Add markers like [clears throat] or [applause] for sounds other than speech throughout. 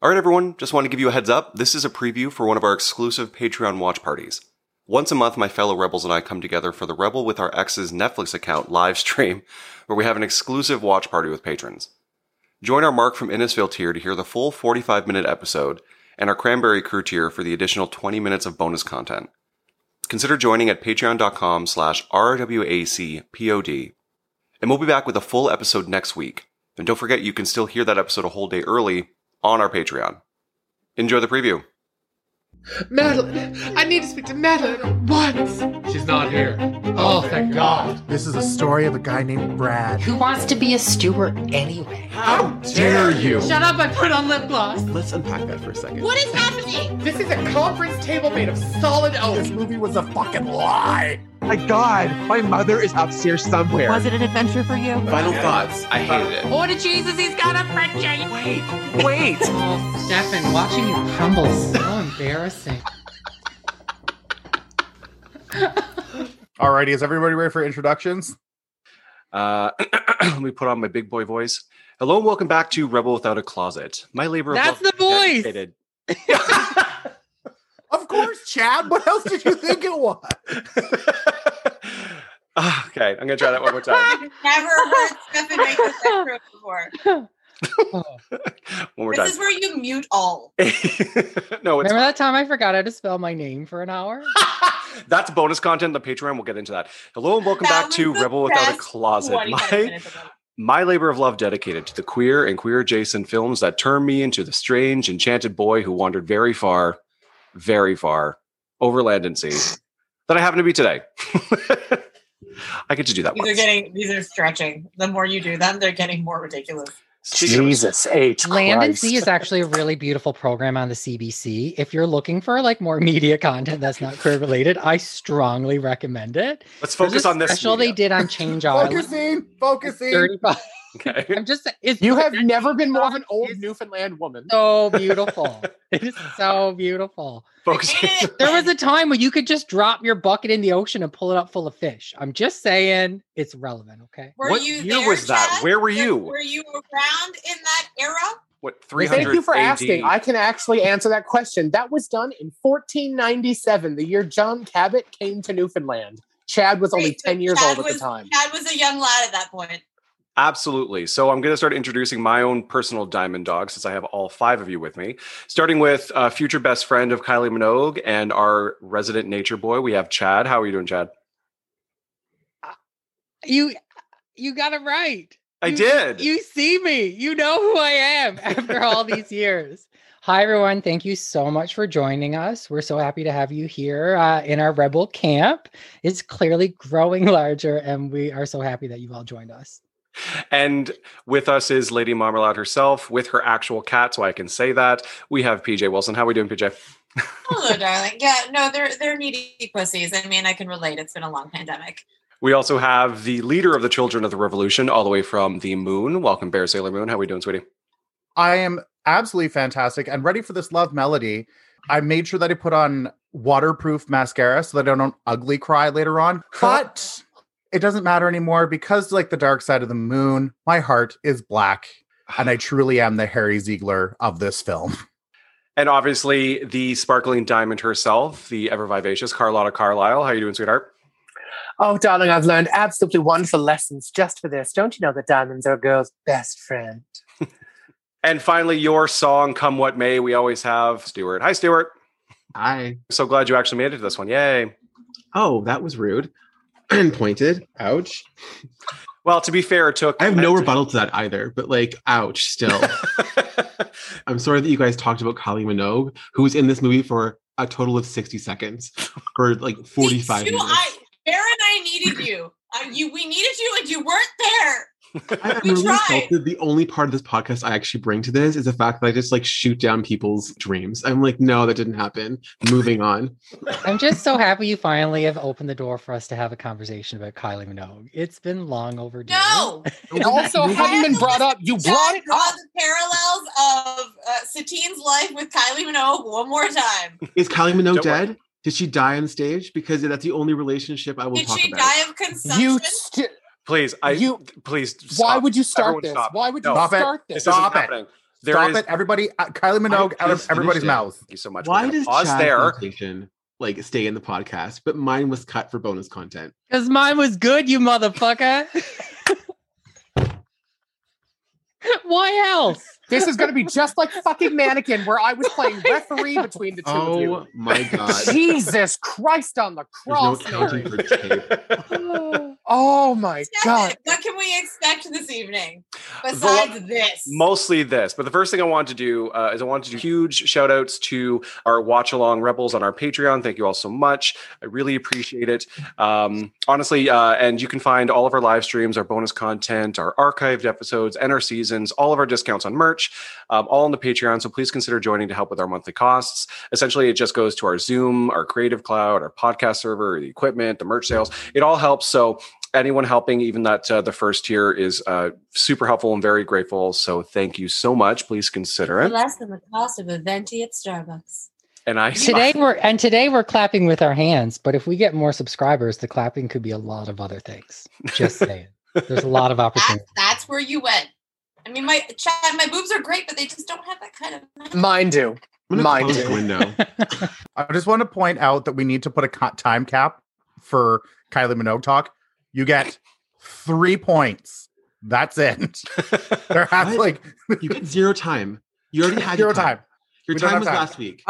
All right, everyone, just want to give you a heads up. This is a preview for one of our exclusive Patreon watch parties. Once a month, my fellow Rebels and I come together for the Rebel with Our Ex's Netflix account live stream, [laughs] where we have an exclusive watch party with patrons. Join our Mark from Innisfil tier to hear the full 45 minute episode, and our Cranberry Crew tier for the additional 20 minutes of bonus content. Consider joining at patreon.com slash rwacpod. And we'll be back with a full episode next week. And don't forget, you can still hear that episode a whole day early on our Patreon. Enjoy the preview. Madeline, I need to speak to Madeline at once. She's not here. Oh, thank God. This is a story of a guy named Brad. Who wants to be a steward anyway? How dare you? Shut up! I put on lip gloss. Let's unpack that for a second. What is happening? This is a conference table made of solid This oak. movie was a fucking lie. My God, my mother is upstairs somewhere. Was it an adventure for you? Final thoughts. I hated it. Oh, to Jesus, he's got a friendship. Wait, wait. Oh, Stefan, watching you crumble is so embarrassing. Alrighty, is everybody ready for introductions? Uh, [clears throat] let me put on my big boy voice. Hello and welcome back to Rebel Without a Closet. My labor of That's love the voice! dedicated- [laughs] Of course, Chad. What else did you think it was? Ah, okay, I'm gonna try that one more time. I've never heard Stefan make this intro [laughs] before. One more This is where you mute all. time. [laughs] no, it's Remember that time I forgot how to spell my name for an hour? [laughs] that's bonus content. The Patreon. We'll get into that. Hello and welcome That back was to the Rebel Without a best Closet. My 25 minutes of it. [laughs] My labor of love dedicated to the queer and queer adjacent films that turned me into the strange, enchanted boy who wandered very far, very far over land and sea that I happen to be today. [laughs] I get to do that These once. are getting these are stretching. The more you do them, they're getting more [laughs] ridiculous. Speaking of- H. Land and Sea is actually a really beautiful program on the CBC. If you're looking for like more media content that's not queer related, I strongly recommend it. let's There's focus a on this. special they media. did [laughs] on Change Island. Focusing, focusing. 35. Okay. [laughs] I'm just it's You have never been more of an old It's Newfoundland woman. so [laughs] beautiful. It is so beautiful. Focusing. There was a time when you could just drop your bucket in the ocean and pull it up full of fish. I'm just saying it's relevant, okay? Were What you year there, was that? Chad? Where were you? Were you around in that era? What, Thank 300 you for AD? asking. I can actually answer that question. That was done in 1497, the year John Cabot came to Newfoundland. Chad was only Great, so 10 years Chad old at was, [laughs] the time. Chad was a young lad at that point. Absolutely. So I'm going to start introducing my own personal diamond dog since I have all five of you with me. Starting with uh, future best friend of Kylie Minogue and our resident nature boy, we have Chad. How are you doing, Chad? You you got it right. I You- did. You see me. You know who I [laughs] am after all these years. Hi, everyone. Thank you so much for joining us. We're so happy to have you here uh, in our Rebel camp. It's clearly growing [laughs] larger, and we are so happy that you all joined us. and with us is Lady Marmalade herself with her actual cat, so I can say that. We have PJ Wilson. How are we doing, PJ? [laughs] Hello, darling. Yeah, no, they're they're needy pussies. I mean, I can relate. It's been a long pandemic. We also have the leader of the Children of the Revolution, all the way from the moon. Welcome, Bear Sailor Moon. How are we doing, sweetie? I am absolutely fantastic and ready for this love melody. I made sure that I put on waterproof mascara so that I don't ugly cry later on. But it doesn't matter anymore because, like the dark side of the moon, my heart is black. And I truly am the Harry Ziegler of this film. And obviously, the sparkling diamond herself, the ever vivacious Carlotta Carlisle. How are you doing, sweetheart? Oh, darling, I've learned absolutely wonderful lessons just for this. Don't you know that diamonds are a girl's best friend? And finally, your song, Come What May, we always have Stuart. Hi, Stuart. Hi. So glad you actually made it to this one. Yay. Oh, that was [clears throat] rude and pointed. Ouch. Well, to be fair, it took. I have no rebuttal to that either, but like, ouch, [laughs] still. I'm sorry that you guys talked about Kylie Minogue, who was in this movie for a total of 60 seconds or like 45 Me too, minutes. I, Bear and I needed you. Uh, you, we needed you, and you weren't there. I, am we really tried. insulted. The only part of this podcast I actually bring to this is the fact that I just like shoot down people's dreams. I'm like, no, that didn't happen. Moving on. I'm [laughs] just so happy you finally have opened the door for us to have a conversation about Kylie Minogue. It's been long overdue. No, It also hadn't been brought up. You brought John it draw up. the parallels of uh, Satine's life with Kylie Minogue one more time. [laughs] Is Kylie Minogue Don't worry. dead? Did she die on stage? Because that's the only relationship I will Did talk she about. die of consumption? You st- Please, I. You- [laughs] Please. why stop. would you start Everyone this? stop. Why would No. you Stop it. start This this? isn't Uh, Stop it. happening. There Stop is- it, everybody! Uh, Kylie Minogue out of just everybody's finished it. mouth. Thank you so much. We're Why gonna does pause Chad's there? location, like stay in the podcast? But mine was cut for bonus content. Because mine was good, you motherfucker. [laughs] Why else? This is going to be just like fucking Mannequin, where I was [laughs] playing referee between the two of you. Oh my god! There's Jesus Christ on the no cross. Harry. counting for [laughs] tape. oh my God. What can we expect this evening besides this? Mostly this, but the first thing I want to do uh, is I want to do huge shout outs to our watch along rebels on our Patreon. Thank you all so much. I really appreciate it. Um, honestly, uh, and you can find all of our live streams, our bonus content, our archived episodes, and our seasons, all of our discounts on merch, um, all on the Patreon. So please consider joining to help with our monthly costs. Essentially, it just goes to our Zoom, our Creative Cloud, our podcast server, the equipment, the merch sales. It all helps. So anyone helping, even that uh, the first tier, is uh, super helpful and very grateful. So thank you so much. Please consider it. Less than the cost of a venti at Starbucks. And I Today we're and today we're clapping with our hands, but if we get more subscribers, the clapping could be a lot of other things. [laughs] Just saying. There's a lot of That, opportunity. that's where you went. I mean, my Chad, my boobs are great, but they just don't have that kind of. Mine do. I'm gonna Mine close too. the window. I just want to point out that we need to put a co- time cap for Kylie Minogue talk. You get three points. That's it. [laughs] There has What? like You get zero time. You already had zero your time. time. Your We don't time have was time. last week.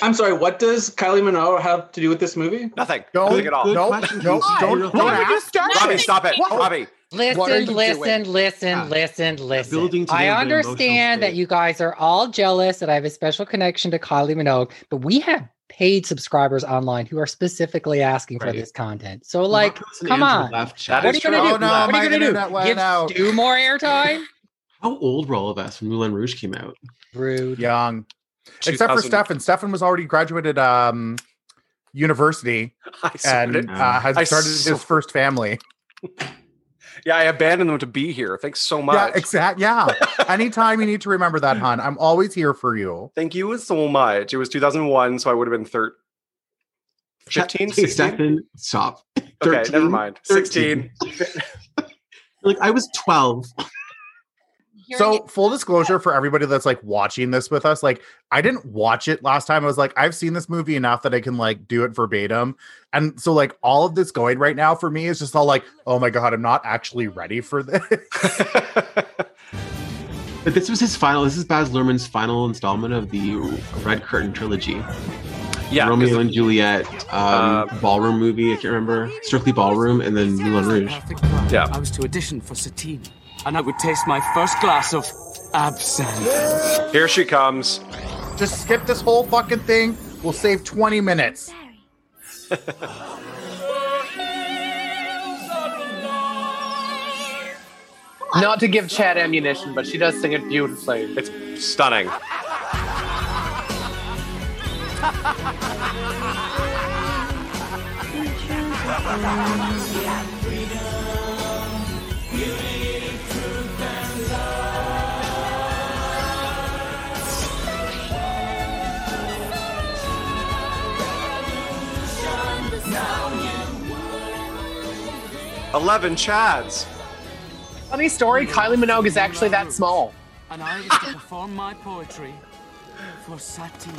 I'm sorry. What does Kylie Minogue have to do with this movie? [laughs] nothing. Don't- nothing at all. Good Nope, question, nope, Casey. don't- Real don't thought. ask. start Robbie, stop it. What? Robbie. What are [laughs] Listen, you listen, doing? listen, Yeah. listen, listen. Ah, building to I their emotional understand that state. you guys are all jealous that I have a special connection to Kylie Minogue, but we have paid subscribers online who are specifically asking for Right. this content. So, like, Marcus and come Andrew on. Left That chat. What are is you gonna true. do? Oh, no, what my are you gonna internet do? went Give out. Stu more airtime? How old were all of us when Moulin Rouge came out? Rude. Young, except for 2000 Stefan. Stefan was already graduated um, university [laughs] I swear and to- uh, has I started so- his first family. yeah, I abandoned them to be here. Thanks so Yeah, much. exact. Yeah. Anytime you need to remember that, hon, I'm always here for you. Thank you so much. It was 2001, so I would have been 13. 15, 16? Stefan, stop. Okay, 13? never mind. 16. 13. Like I was 12. Hearing So, it- full disclosure for everybody that's like watching this with us, like I didn't watch it last time. I was like, I've seen this movie enough that I can like do it verbatim. And so, like, all of this going right now for me is just all like, oh my God, I'm not actually ready for this. [laughs] But this was his final. This is Baz Luhrmann's final installment of the Red Curtain trilogy. yeah. Romeo and Juliet, um, Uh, ballroom movie. I can't remember. Strictly ballroom, and then Moulin Rouge. Yeah. I was to audition for Satine, and I would taste my first glass of [laughs] absinthe. Here she comes. just skip this whole fucking thing. We'll save 20 minutes. Not to give Chad ammunition, but she does sing it beautifully. It's stunning. Eleven Chads. Funny story Kylie Minogue is actually that small. And I was to perform my poetry for Satine.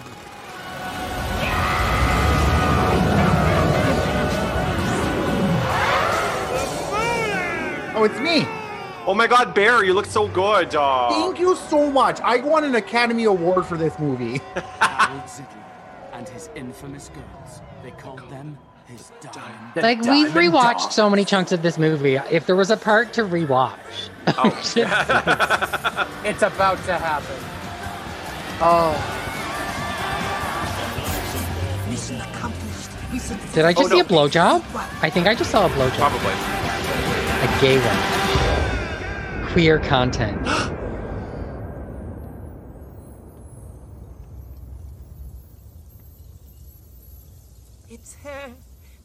Oh, it's me. Oh my God, Bear, you look so good. Aw. Thank you so much. I won an Academy Award for this movie. Harold Zidler and his infamous girls. They called them his diamond. The [laughs] Like we've Diamond rewatched Dog. so many chunks of this movie. If there was a part to rewatch, It's about to happen. Oh, did I just Oh, see no. a blowjob? I think I just saw a blowjob, Probably. a gay one. Queer content. It's her,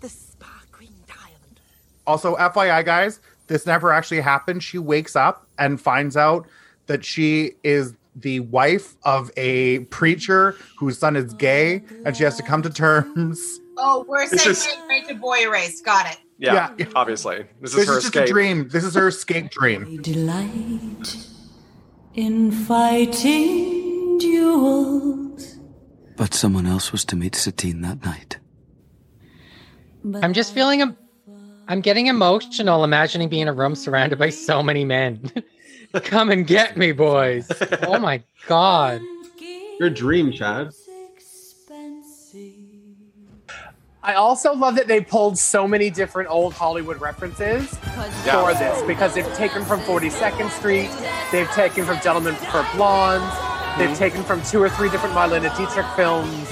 the sparkling diamond. Also, FYI, guys, this never actually happened. She wakes up and finds out that she is the wife of a preacher whose son is gay, and she has to come to terms. oh, we're This saying is- is... great to boy erased. Got it. Yeah, Yeah. obviously. This is This her is just a escape. dream. This is her escape dream. Delight In fighting duels. But someone else was to meet Satine that night. I'm just feeling em- I'm getting emotional imagining being in a room surrounded by so many men. [laughs] Come and get me, boys. Oh my god. Your dream, Chad. I also love that they pulled so many different old Hollywood references Yeah. for this because they've taken from 42nd Street, they've taken from Gentlemen Prefer Blondes, they've taken from two or three different Marlena Dietrich films.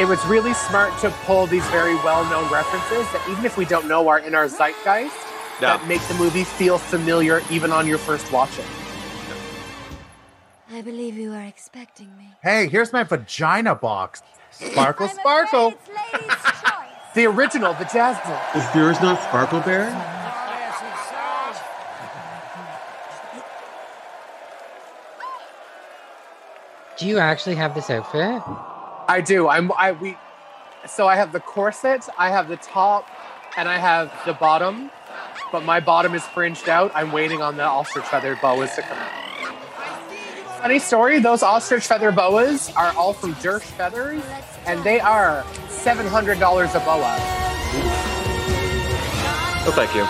It was really smart to pull these very well known references that even if we don't know are in our zeitgeist, Yeah. that make the movie feel familiar even on your first watching. I believe you are expecting me. Hey, here's my vagina box. Sparkle, sparkle. the original, the Jasmine. Is yours not Sparkle Bear? Do you actually have this outfit? I do. I'm I we so I have the corset, I have the top, and I have the bottom. But my bottom is fringed out. I'm waiting on the ostrich feather boas to come out. Funny story, those ostrich feather boas are all from Dersh Feathers, and they are $700 a boa. Oh, thank you.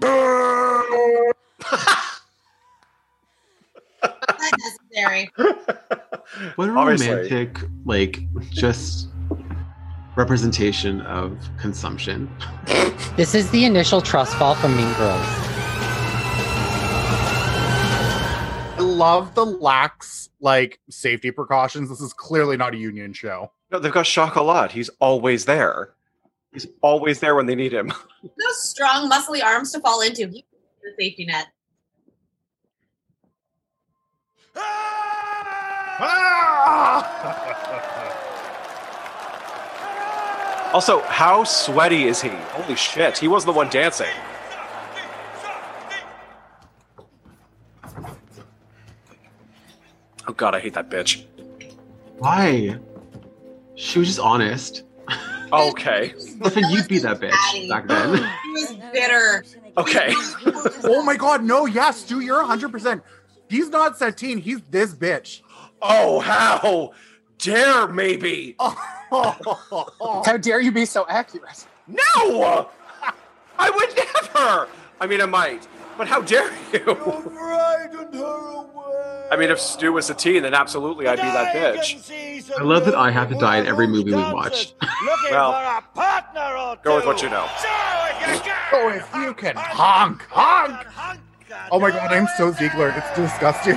Not [laughs] necessary. What a Obviously. romantic, like, just representation of consumption. This is the initial trust fall from Mean Girls. I love the lax like safety precautions. This is clearly not a union show. No, they've got Shock a lot. He's always there. He's always there when they need him. [laughs] Those strong, muscly arms to fall into. He the safety net. [laughs] Also, how sweaty is he? Holy shit, he was the one dancing. Oh god, I hate that bitch. Why? She was just honest. Okay. Stefan, you beat that bitch back then. He was bitter. Okay. [laughs] oh my god, no, yes, do you're 100%. He's not Satine, he's this [laughs] bitch. Oh, how dare maybe. Oh, How dare you be so accurate? No! I would never! I mean, I might, but how dare you? I mean, if Stu was a teen, then absolutely I'd be that bitch. I love that I have to die in every movie we watch. Well, go with what you know. Oh, if you can honk, honk. Oh my god, I'm so Ziegler. It's disgusting.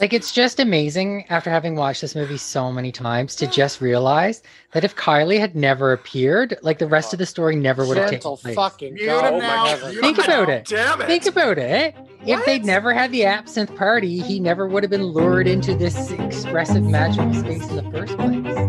Like it's just amazing after having watched this movie so many times to just realize that if Kylie had never appeared, like the rest of the story never would have taken Gentle place. fucking Mute God. him Oh my now. heavens. Think about it. Damn it. Think about it. If they'd never had the absinthe party, he never would have been lured into this expressive magical space in the first place.